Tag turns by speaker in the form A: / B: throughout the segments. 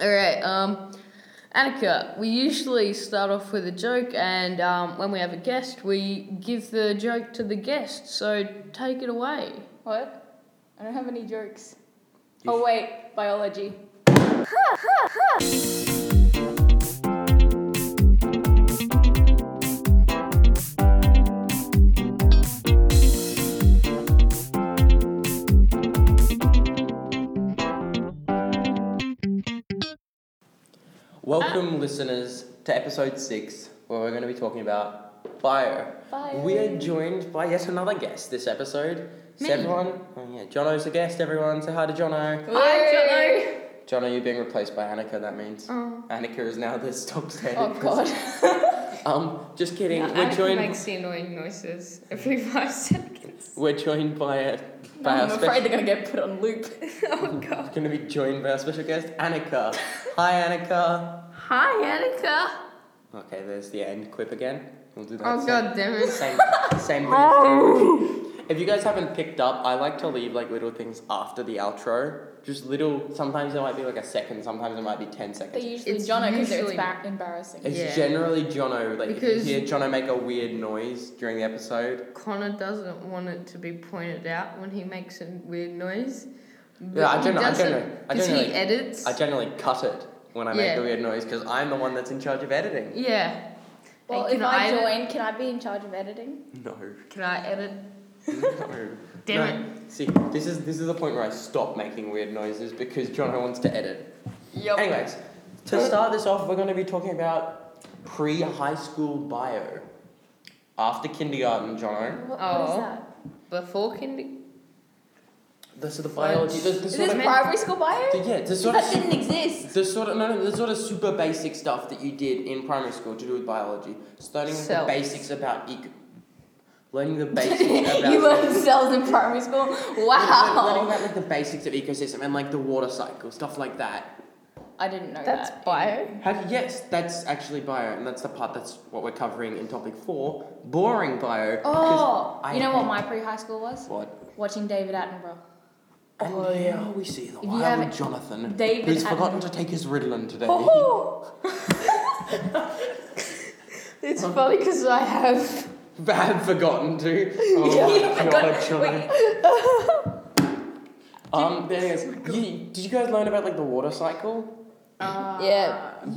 A: All right, um, Annika, we usually start off with a joke, and um, when we have a guest, we give the joke to the guest. So take it away.
B: What? I don't have any jokes. Oh wait, biology.
C: Welcome, listeners, to episode six, where we're going to be talking about bio.
B: Bio.
C: We are joined by yet another guest this episode.
A: Me.
C: So everyone, oh yeah, Jono's a guest. Everyone, say hi to Jono.
B: Hi,
C: Jono, you're being replaced by Annika. That means
A: Oh.
C: Annika is now the stock standard.
B: Oh god.
C: Um, just kidding.
A: Now,
C: we're
A: Annika
C: joined.
A: makes the annoying noises every five seconds.
C: We're joined by a by
B: I'm
C: our
B: afraid
C: special.
B: they're gonna get put on loop.
A: oh god.
C: Going to be joined by our special guest, Annika. hi, Annika.
A: Hi, Annika.
C: Okay, there's the end quip again. We'll do that.
A: Oh
C: same-
A: god, damn it.
C: Same, same thing. as Jeremy. if you guys haven't picked up, I like to leave like little things after the outro. Just little. Sometimes it might be like a second. Sometimes it might be ten
B: They
C: seconds.
B: usually
A: It's
B: Jono because it's
A: usually-
B: ba- embarrassing.
C: It's
A: Yeah.
C: generally Jono. Like
A: Because-
C: if you hear Jono make a weird noise during the episode.
A: Connor doesn't want it to be pointed out when he makes a weird noise. but
C: Yeah, I
A: he
C: don't know- I don't
A: doesn't,
C: know. I
A: 'cause
C: don't
A: he
C: know.
A: edits.
C: I generally cut it when I
A: Yeah.
C: make a weird noise because I'm the one that's in charge of editing.
A: yeah.
B: Well,
A: Hey,
B: if
A: can
B: I
A: I-
B: join, can I be in charge of editing?
C: No.
A: Can I edit?
C: no.
A: Damn
C: it. See, this is this is the point where I stop making weird noises because Jono wants to edit.
A: Yup.
C: Anyways, to start this off, we're going to be talking about pre high school bio. After kindergarten, Jono.
B: What, what is
A: Oh.
B: that?
A: Before kindy.
C: This is the biology. This, this
B: Is
C: sort
B: this
C: of,
B: primary school bio?
C: yeah, this sort
B: That
C: of,
B: didn't exist.
C: this sort of, no, no, this sort of super basic stuff that you did in primary school to do with biology. Starting with
A: Cells.
C: the basics about eco, learning the basics about.
B: you learned cells in primary school.
C: Learning
B: Wow.
C: about like the basics of ecosystem and like the water cycle, stuff like that.
B: I didn't know
A: That's
B: that.
A: bio.
C: How do- yes, that's actually bio, and that's the part that's what we're covering in topic four. Boring bio. 'cause
B: Oh,
C: I
B: you know
C: hate
B: what my pre-high school was?
C: What?
B: Watching David Attenborough.
C: And
B: Oh,
C: there
B: yeah.
C: we see the
B: you
C: wild
B: haven't-
C: Jonathan,
B: David Oh.
C: who's
B: Attenborough.
C: forgotten to take his Ritalin today.
A: It's funny because I have.
C: Bad forgotten to. Oh, my God, Jonathan. Um, there it is. You, did you guys learn about like the water cycle?
B: Uh,
A: Yeah.
C: Yeah,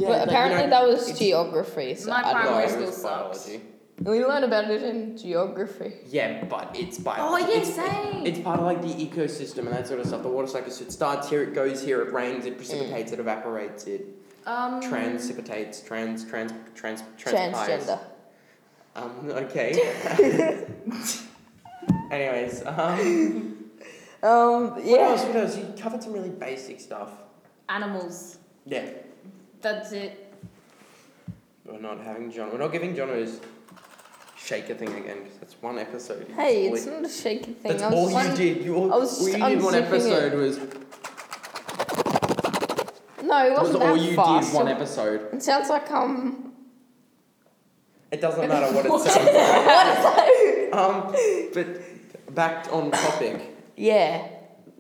A: but
C: like,
A: apparently
C: you know,
A: that was
C: it's-
A: geography. So
B: My
A: I don't
C: No,
B: primary
C: it
A: know.
B: school
C: was
B: sucks.
C: biology.
A: We learned about it in geography.
C: Yeah, but it's
B: Oh,
C: biology.
B: yeah,
C: It's-
B: same.
C: It's part of like the ecosystem and that sort of stuff. The water cycle. So it starts here, it goes here, it rains, it precipitates, it evaporates, it
B: Mm. um,
C: transcipitates, trans, trans, trans, transpires.
A: Transgender.
C: Um, okay. Anyways, um,
A: Um.
C: what
A: Yeah.
C: else? What else? You covered some really basic stuff.
B: animals.
C: Yeah.
B: That's it.
C: We're not having John. We're not giving John his shaker thing again because that's one episode.
A: Hey,
C: That's
A: it's
C: all
A: not a shaky
C: he-
A: thing.
C: That's
A: I was
C: all
A: one-
C: you did. You all,
A: I was
C: all you
A: just
C: did one
A: unzipping it.
C: episode was.
A: No, it
C: That was
A: wasn't
C: all
A: that
C: you
A: fast.
C: did one episode.
A: It sounds like um.
C: It doesn't matter what it sounds like. Um, but back on topic.
A: Yeah.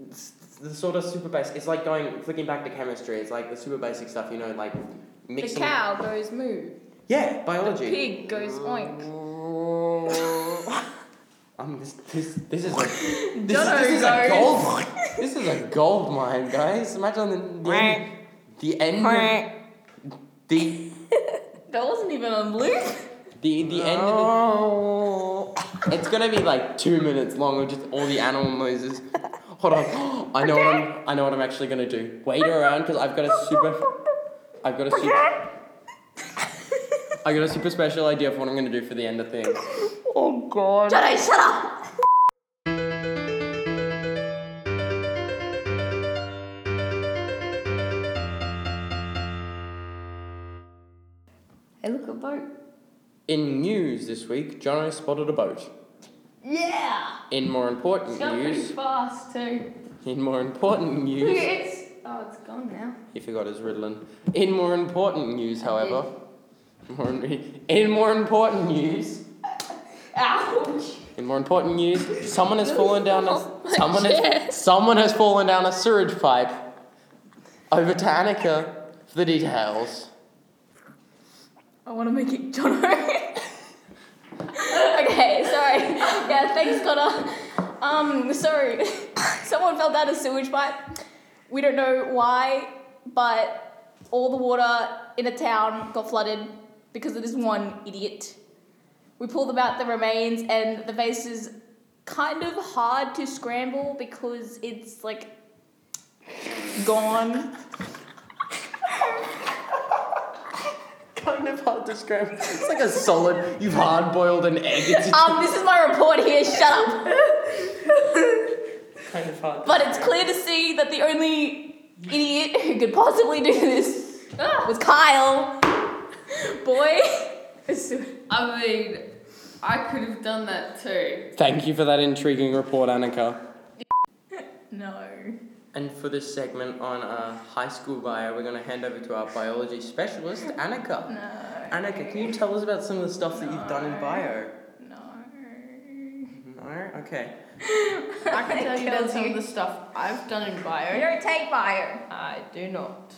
C: s- the sort of super basic. It's like going flicking back to chemistry. It's like the super basic stuff, you know, like
B: The
C: mixing.
B: cow goes moo.
C: Yeah, biology.
B: Pig goes oink.
C: I'm this. This, this is a this,
B: Jono
C: this is a
B: goes-
C: gold mine. This is a gold mine, guys. Imagine the the end. The end of, the
B: That wasn't even on loop.
C: the, the end of the, It's gonna be like two minutes long of just all the animal noises. Hold on, I know what I'm. I know what I'm actually gonna do. Wait around because I've got a super. I've got a super. I got a super special idea for what I'm gonna do for the end of things.
A: Oh god.
B: Johnny, shut up.
A: Hey, look a boat.
C: In news this week, Jono spotted a boat.
B: Yeah.
C: In more important
B: Gone pretty
C: news,
B: fast too.
C: in more important news,
B: It's oh, it's gone now.
C: he forgot his Ritalin. In more important news, however, more, in more important news,
B: Ouch. Oh
C: in more important news, someone has fallen down a someone has, someone has fallen down a sewage pipe. Over to Annika, for the details.
B: I want to make it Jono. okay, sorry. Yeah, thanks, Connor. Um, sorry. Someone fell down a sewage pipe. We don't know why, but all the water in a town got flooded because of this one idiot. We pulled them out the remains, and the vase is kind of hard to scramble because it's like gone.
C: Kind of hard to scramble. It's like a solid. You've hard boiled an egg. It's just
B: Um, this is my report here. Shut up.
C: kind of hard.
B: But it's clear to see that the only idiot who could possibly do this was Kyle. Boy.
A: I mean, I could have done that too.
C: Thank you for that intriguing report, Annika.
B: No.
C: And for this segment on uh, high school bio, we're going to hand over to our biology specialist, Annika.
B: No.
C: Annika, can you tell us about some of the stuff that you've done in bio?
B: No.
C: No? Okay.
A: I can tell you
B: Kills
A: about some
B: you.
A: of the stuff I've done in bio.
B: You're a take buyer.
A: I do not.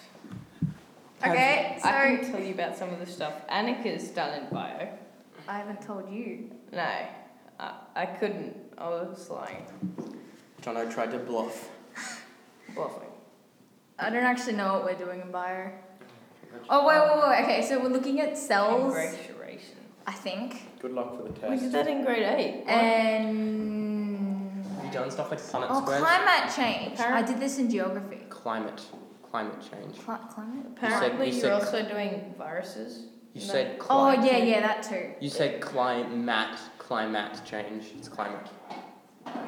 B: Okay, so
A: I
B: I,
A: can tell you about some of the stuff Annika's done in bio.
B: haven't told you.
A: No, I, I couldn't. I was lying,
C: Jono tried to bluff.
A: bluffing.
B: I don't actually know what we're doing in bio. Oh wait, wait, wait. Okay, so we're looking at cells,
A: Ingratiation.
B: I think,
C: Good luck for the
A: We
C: test.
A: did that in grade eight.
B: and
C: Have you done stuff like Punnett
B: oh,
C: squares?
B: climate change.
A: Apparent-
B: I did this in geography.
C: climate. Climate change.
B: Cli- climate.
A: Apparently,
C: you
A: you
C: said-
A: are also doing viruses.
C: You
A: No.
C: said
B: Oh
C: climate.
B: yeah, yeah, that too.
C: You said climate. Climate change. It's climate.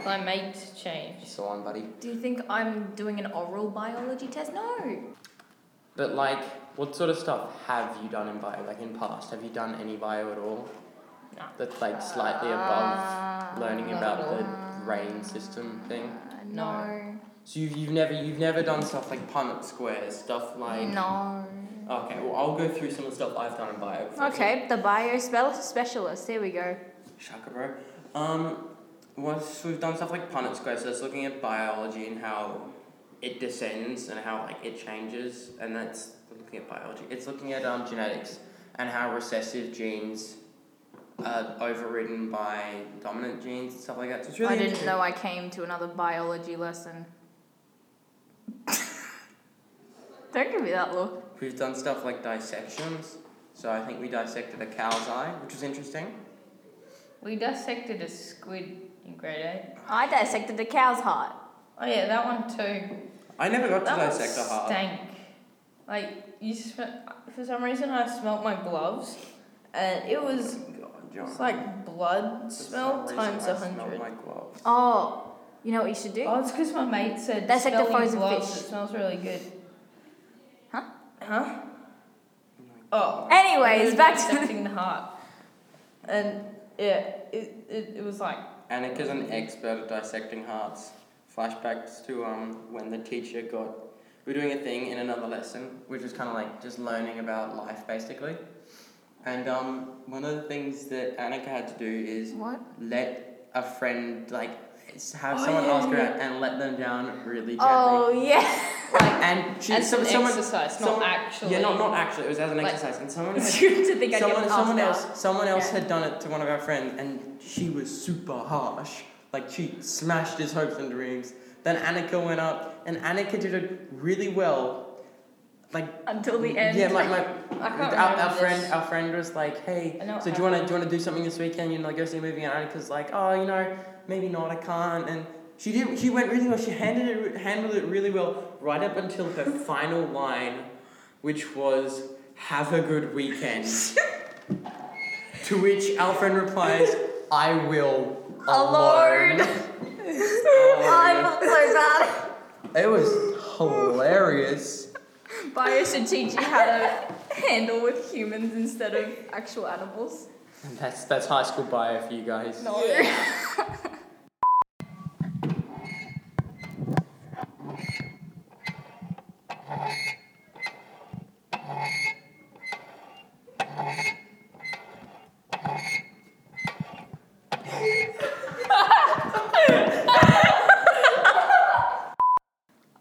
A: Climate change.
C: So on, buddy.
B: Do you think I'm doing an oral biology test? No.
C: But like, what sort of stuff have you done in bio? Like in past, have you done any bio at all?
A: No.
C: That's like slightly
B: Uh,
C: above learning about the brain system thing.
B: No.
C: So you've, you've never you've never done stuff like Punnett squares, stuff like.
B: No.
C: Okay, well I'll go through some of the stuff I've done in bio.
B: Okay, the bio spell specialist. There we go.
C: Shaka bro. Um, once we've done stuff like Punnett squares, so that's looking at biology and how it descends and how like it changes, and that's looking at biology. It's looking at um genetics and how recessive genes are overridden by dominant genes and stuff like that. So it's really
B: I didn't
C: interesting.
B: know I came to another biology lesson. Don't give me that look.
C: We've done stuff like dissections. So I think we dissected a cow's eye, which was interesting.
A: We dissected a squid in grade eight.
B: I dissected a cow's heart.
A: Oh yeah, that one too.
C: I never got to
A: That one
C: dissect a heart.
A: stank. Like you, sm- for some reason I smelt my gloves, and it was
C: Oh God,
A: it's
C: John.
A: like blood
C: For some
A: smell
C: reason,
A: times a
C: I smelled
A: hundred.
C: my gloves.
B: Oh, you know what you should do?
A: Oh, it's because my mate said
B: That's like the
A: smell your
B: frozen
A: gloves.
B: fish.
A: It smells really good.
B: Huh?
A: Huh? Oh.
B: Anyways, back to the-
A: dissecting the heart, and yeah, it it, it was like
C: Annika's an expert at dissecting hearts. Flashbacks to um, when the teacher got. We were doing a thing in another lesson, which was kind of like just learning about life basically. And um, one of the things that Annika had to do is
B: What?
C: let a friend, like, s- have
A: Oh,
C: someone
A: yeah,
C: ask her
A: yeah.
C: out and let them down really gently.
B: Oh yeah.
C: And she,
A: as
C: some,
A: an
C: someone,
A: exercise,
C: someone-
A: not actually.
C: Yeah, not, not actually. It was as an
A: Like-
C: exercise. And someone had
B: Good to think I
C: someone,
B: get
C: someone
B: asked
C: else, someone else
B: Yeah.
C: had done it to one of our friends, and she was super harsh. Like she smashed his hopes and dreams. Then Annika went up, and Annika did it really well. Like
B: out. until the end.
C: yeah, like my,
A: I can't
C: our, our
A: remember
C: friend,
A: this.
C: our friend was like, hey,
A: I know
C: so do you wanna do you wanna do something this weekend? You know, go see a movie. And Annika's like, oh, you know, maybe not. I can't. And she did. She went really well. She handled it handled it really well right up until her final line, which was, "Have a good weekend." to which our friend replies, "I will."
B: Alone. I
C: Oh,
B: felt so bad.
C: it was hilarious.
B: Bio should teach you how to handle with humans instead of actual animals.
C: And that's that's high school bio for you guys.
B: No.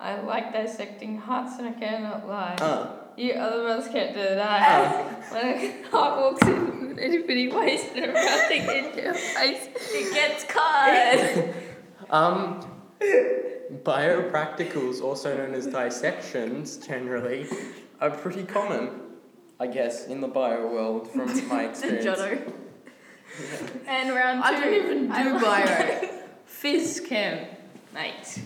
A: I like dissecting hearts, and I cannot lie.
C: Oh.
D: You other ones can't do
C: uh.
D: that. When a car walks in, anybody wastes it around they get in your face, it gets cut.
C: Um, biopracticals, also known as dissections, generally, are pretty common, I guess, in the bio world from my experience.
D: Jono.
B: And round two.
D: I don't even
B: I
D: do
B: like-
D: bio. Phys chem, mate.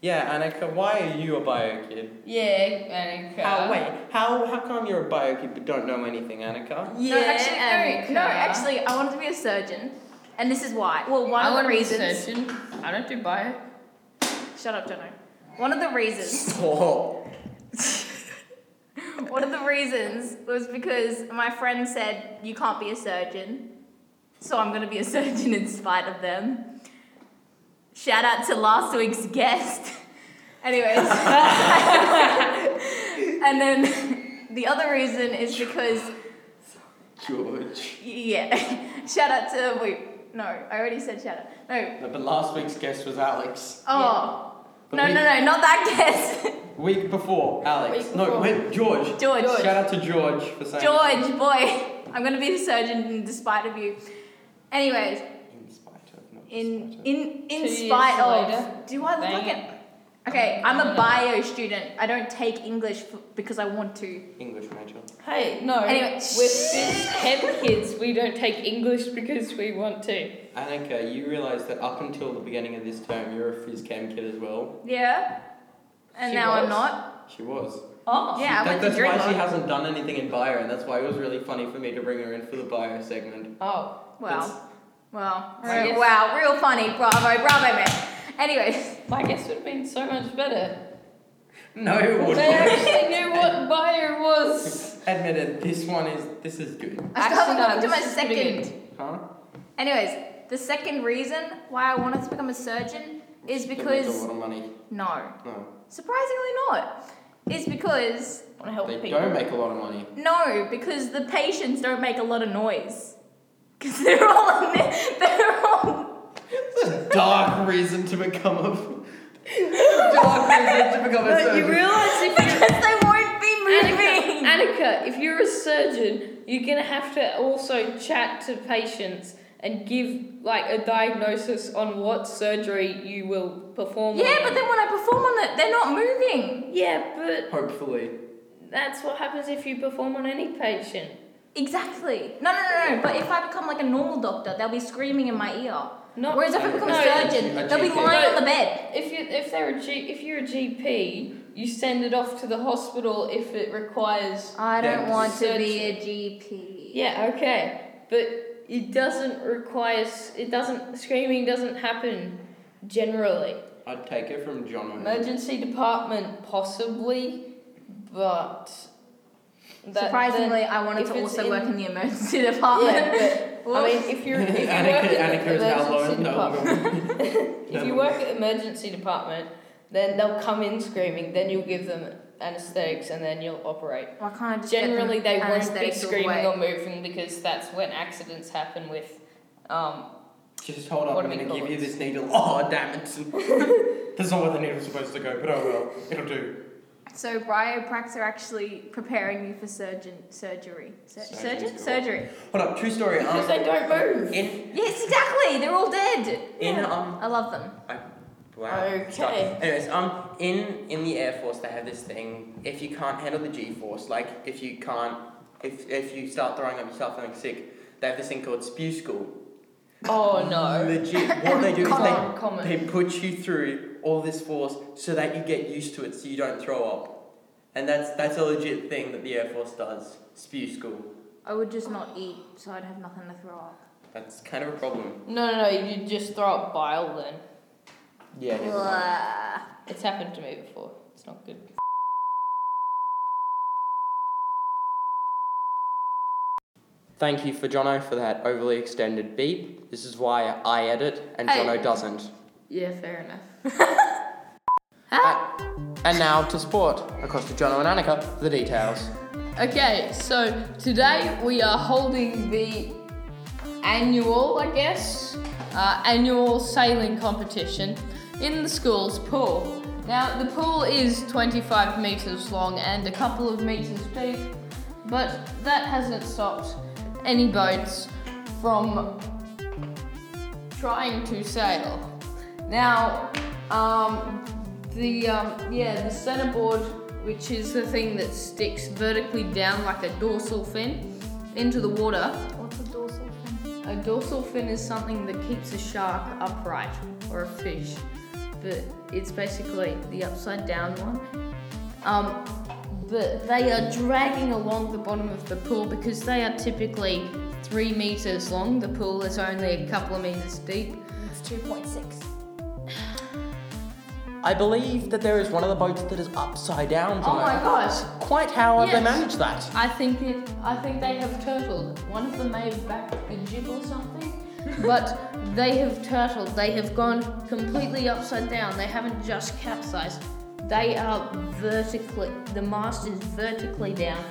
C: Yeah, Annika, why are you a bio kid?
D: Yeah, Annika.
C: How, wait, how, how come you're a bio kid but don't know anything, Annika?
D: Yeah,
B: no, actually,
D: Annika.
B: no, no, actually, I wanted to be a surgeon, and this is why. Well, one
A: I
B: of
A: want
B: the
A: to be a
B: reasons.
A: surgeon. I don't do bio.
B: Shut up, Jono. One of the reasons.
C: Stop.
B: One of the reasons was because my friend said you can't be a surgeon, so I'm gonna be a surgeon in spite of them. Shout out to last week's guest. Anyways, and then the other reason is because
C: George.
B: yeah, shout out to wait no, I already said shout out no.
C: No, but last week's guest was Alex.
B: Oh
C: The
B: no
C: week,
B: no no not that guest.
C: Week before, Alex.
D: Week
C: No,
D: before.
C: wait, George.
B: George.
C: Shout out to George for saying
B: George boy, I'm gonna be a surgeon despite of you. Anyways.
C: In spite of, not
B: in
C: despite of.
B: in in
A: Two
B: spite
A: years
B: of
A: later,
B: do I
A: bang.
B: look at okay I'm a bio student I don't take English f because I want to
C: English major.
D: Hey, no.
B: Anyway,
D: With
B: shh.
D: phys chem kids, we don't take English because we want to.
C: Annika, you realise that up until the beginning of this term, you're a phys chem kid as well.
B: yeah and
D: She
B: now I'm
D: was?
B: not
C: She was.
D: Oh.
B: yeah I
C: That-
B: went to
C: that's why she
B: Dreamworld
C: hasn't done anything in bio, and that's why it was really funny for me to bring her in for the bio segment.
D: Oh.
B: wow wow
D: I
B: real,
D: guess-
B: wow real funny bravo bravo man anyways
D: My guess would have been so much better.
C: No, it
D: They
C: wouldn't.
D: actually knew what bio was.
C: Admit it. This one is. This is good.
B: I still haven't
D: Actually, no,
B: gotten to
D: this
B: my
D: is pretty good.
B: second
C: Huh?
B: anyways the second reason why I wanted to become a surgeon is
C: That means a
B: because
C: lot of money.
B: no
C: No,
B: surprisingly not is because
D: I want to help
C: they
D: people.
C: don't make a lot of money.
B: No, because the patients don't make a lot of noise. Because they're all in there. They're all.
C: It's a dark reason to become a. It's a dark reason to become a
D: But you
C: surgeon.
D: realise if you
B: Because they won't be
D: Annika,
B: moving.
D: Annika, if you're a surgeon, you're gonna have to also chat to patients and give like a diagnosis on what surgery you will perform. on.
B: yeah, but then when I perform on it, they're not moving.
D: yeah, but
C: Hopefully.
D: that's what happens if you perform on any patient.
B: Exactly. No, no, no, no. But if I become like a normal doctor, they'll be screaming in my ear.
D: Not
B: Whereas if I become
D: No,
B: a surgeon,
C: a
B: they'll be
C: GP.
B: lying
D: No.
B: on the bed.
D: if you if they're a G, if you're a GP, you send it off to the hospital if it requires.
B: I
C: don't Yeah,
D: want to be a
B: GP.
D: Yeah, okay, but it doesn't require. s- It doesn't screaming doesn't happen generally.
C: I'd take it from John.
D: Emergency department, possibly, but. that-
B: Surprisingly, I wanted
D: if
B: to
D: it's
B: also
D: in-
B: work in the emergency
D: that-
B: department.
D: yeah, but, I mean, if you're if you work
C: Annika, Annika
D: at the
C: is now
D: emergency
C: low.
D: department,
C: No,
D: if you work at emergency department, then they'll come in screaming. Then you'll give them anesthetics, and then you'll operate.
B: Why can't I just get them
D: Generally, they won't be
B: anesthetics all the way?
D: screaming or moving because that's when accidents happen with. Um,
C: Just hold up,
D: What
C: I'm
D: do we
C: gonna
D: call
C: give you
D: it?
C: this needle. Oh, damn it. That's not where the needle's supposed to go, but oh well. It'll do.
B: So biopracs are actually preparing you for surgeon surgery. Sur-
C: Surgeon
B: surgeon
C: school.
B: surgery.
C: Hold up, true story.
D: because
C: Um,
D: they don't move.
C: in,
B: Yes, exactly. They're all dead.
C: in, um,
B: I love them.
C: I, wow.
D: Okay.
C: Anyways, um, in, in the Air Force, they have this thing. If you can't handle the G force, like if you can't, if, if you start throwing up, you start feeling sick, they have this thing called spew school.
D: Oh no.
C: Legit, what they do is they
D: Common. Common.
C: They put you through all this force so that you get used to it, so you don't throw up. And that's that's a legit thing that the Air Force does. Spew school.
B: I would just not eat, so I'd have nothing to throw up.
C: That's kind of a problem.
D: No, no, no. You just throw up bile then.
C: Yeah.
B: Blah.
D: It's happened to me before. It's not good.
C: Thank you for Jono for that overly extended beep. This is why I edit and
B: Hey.
C: Jono doesn't.
D: Yeah, fair enough.
C: A- and now to sport. Across to Jono and Annika for the details.
A: Okay, so today we are holding the annual, I guess, uh, annual sailing competition in the school's pool. Now, the pool is 25 metres long and a couple of metres deep, but that hasn't stopped any boats from trying to sail. Now, um, the um, yeah, the centerboard, which is the thing that sticks vertically down like a dorsal fin into the water.
B: What's a dorsal fin?
A: A dorsal fin is something that keeps a shark upright or a fish, but it's basically the upside down one. Um, but they are dragging along the bottom of the pool because they are typically three meters long. The pool is only a couple of meters deep.
B: It's 2.6.
C: I believe that there is one of the boats that is upside down.
A: Oh my
C: tonight.
A: gosh!
C: Quite how have
A: Yes.
C: they managed that?
A: I think it. I think they have turtled. One of them may have backed a jib or something, but they have turtled. They have gone completely upside down. They haven't just capsized. They are vertically. The mast is vertically down,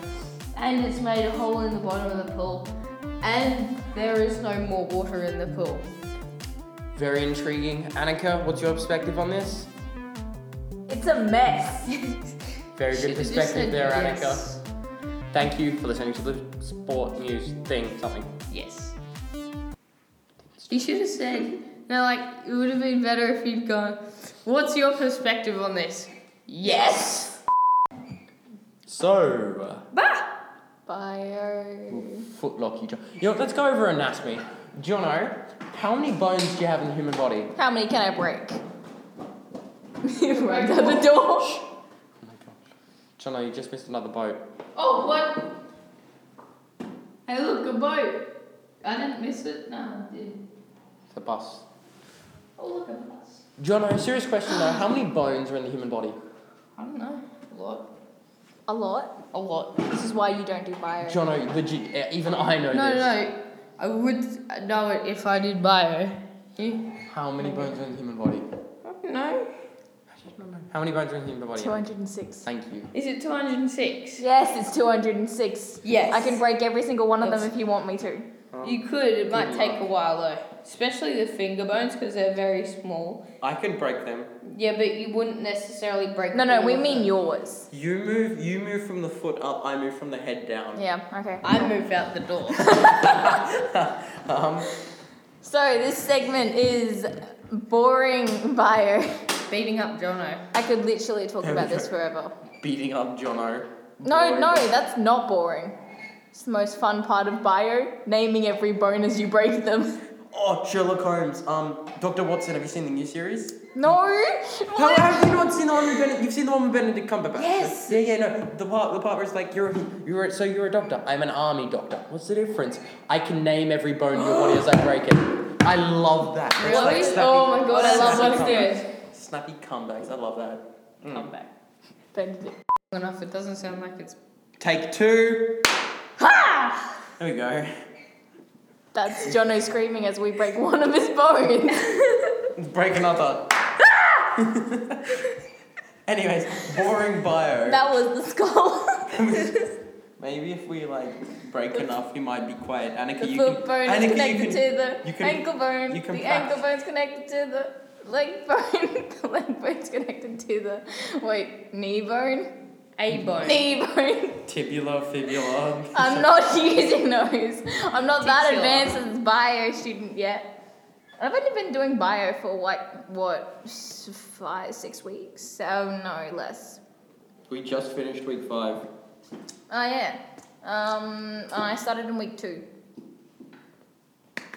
A: and it's made a hole in the bottom of the pool, and there is no more water in the pool.
C: Very intriguing. Annika, what's your perspective on this?
B: It's a mess.
C: Very
A: Should
C: good
A: have just
C: perspective
A: said
C: there, Annika.
A: yes.
C: Thank you for listening to the sport news thing, something.
A: Yes. You should have said, no, like, it would have been better if you'd gone, what's your perspective on this? Yes!
C: So,
B: Bio.
C: footlock you. Jo- Yo, let's go over anatomy. Jono, how many bones do you have in the human body?
B: How many can I break? you right out the door.
C: Oh my god. Jono, you just missed another boat.
A: Oh, what? Hey, look, a boat. I didn't miss it. No, I did.
C: It's a bus.
A: Oh, look, a bus.
C: Jono, serious question though. How many bones are in the human body?
A: I don't know. A lot.
B: A lot.
A: A lot.
B: This is why you don't do bio.
C: Jono, legit, eh, even I know
A: No, no,
C: this.
A: no. I would know it if I did bio. You?
C: How many bones are in the human body?
A: No.
C: How many bones are in the human body?
B: 206.
C: Thank you.
D: Is it 206?
B: Yes, it's 206.
D: Yes.
B: I can break every single one of them
D: Yes.
B: if you want me to.
D: You could. It might
C: Give me
D: take a while though, especially the finger bones because they're very small.
C: I could break them.
D: Yeah, but you wouldn't necessarily break.
B: No, no,
D: all
B: we
D: of
B: mean
D: them.
B: yours.
C: You move you move from the foot up, I move from the head down.
B: Yeah, okay.
D: I move out the door.
C: Um
B: So this segment is boring bio.
D: Beating up Jono.
B: I could literally talk about this forever.
C: beating up Jono.
B: No,
C: Boy.
B: no, that's not boring. It's the most fun part of bio, naming every bone as you break them.
C: Oh, Sherlock Holmes. Um, Doctor Watson. Have you seen the new series?
B: No!
C: How
B: What?
C: have you not seen the one with Benedict? You've seen the one with Benedict Cumberbatch.
B: Yes.
C: Yeah, yeah, no. The part, the part where it's like you're, you're. a- So you're a doctor. I'm an army doctor. What's the difference? I can name every bone in your body as I break it. I love that. It's
A: Really?
C: like snappy-
A: Oh my god, I love what's
C: snappy
A: Mm.
C: comebacks.
A: there.
C: Snappy comebacks. I love that.
A: Come back.
B: Benedict.
A: Enough, it doesn't sound like it's.
C: Take two. There we go.
B: That's Jono screaming as we break one of his bones.
C: Let's break another. Anyways, boring bio.
B: that was the skull.
C: Maybe if we like break enough, he might be quiet. Annika,
B: the
C: you
B: foot
C: can.
B: bone
C: Annika,
B: is
C: you
B: connected
C: can.
B: to the
C: you can-
B: ankle bone.
C: you can
B: the
C: prac-
B: ankle bone's connected to the leg bone. the leg bone's connected to the wait knee bone.
D: A bone.
B: Knee bone.
C: Tibula, fibula.
B: I'm not using those. I'm not that
D: Titular.
B: advanced as a bio student yet. I've only been doing bio for like what s- five, six weeks? Oh no, less.
C: We just finished week five.
B: Oh yeah. Um, and I started in week two.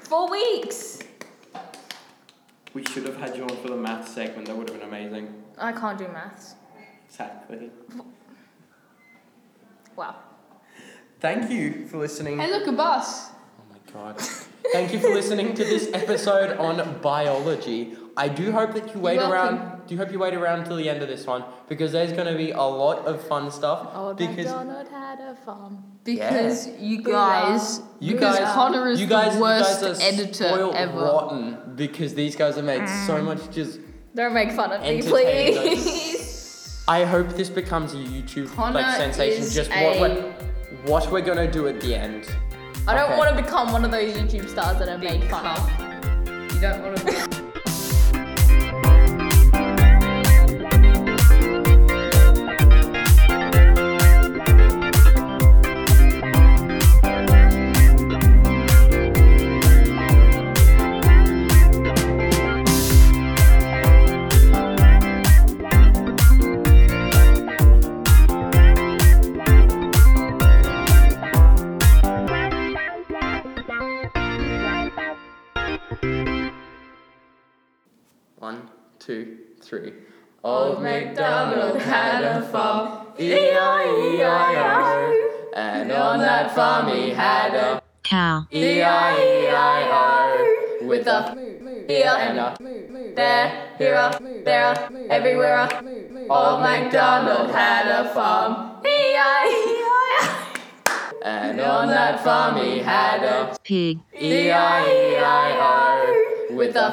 B: Four weeks.
C: We should have had you on for the math segment. That would have been amazing.
B: I can't do maths.
C: Exactly.
B: Wow.
C: Thank you for listening.
A: Hey, look, a bus.
C: Oh my god. Thank you for listening to this episode on biology. I do hope that you wait
A: You're welcome.
C: around. Do you hope you wait around till the end of this one because there's going to be a lot of fun stuff.
B: Old
C: because
B: MacDonald had a farm.
A: Because you
B: Boo
A: guys,
C: You
A: because
C: guys,
A: Connor is
C: you guys,
A: the worst
C: you guys are
A: editor
C: spoiled
A: ever.
C: rotten because these guys have made
A: Mm.
C: so much just
B: Don't make fun of me,
C: entertaining.
B: please.
C: I hope this becomes a YouTube like
A: Connor
C: sensation.
A: is
C: Just
A: a-
C: what we're, what we're gonna do at the end.
B: I don't
C: Okay.
B: want to become one of those YouTube stars that are made fun of.
A: You don't want to.
E: two, three.
C: Old MacDonald E had a farm, E-I-E-I-O.
E: And
C: on that farm he had a E
F: cow,
E: E-I-E-I-O.
C: with a
G: Move, move.
C: here
E: and a
C: and there, here, a, there, a, everywhere. a. Old MacDonald had a farm, E E-I-E-I-O.
E: And
C: And on that farm he had a E
F: pig,
E: E-I-E-I-O.
C: with a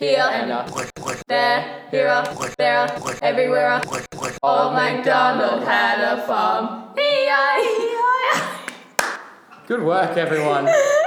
C: here
E: And
C: and
E: a
C: there, here, a, there, a, everywhere. a. Old MacDonald had a farm, E-I-E-I-O.
E: Good work, everyone.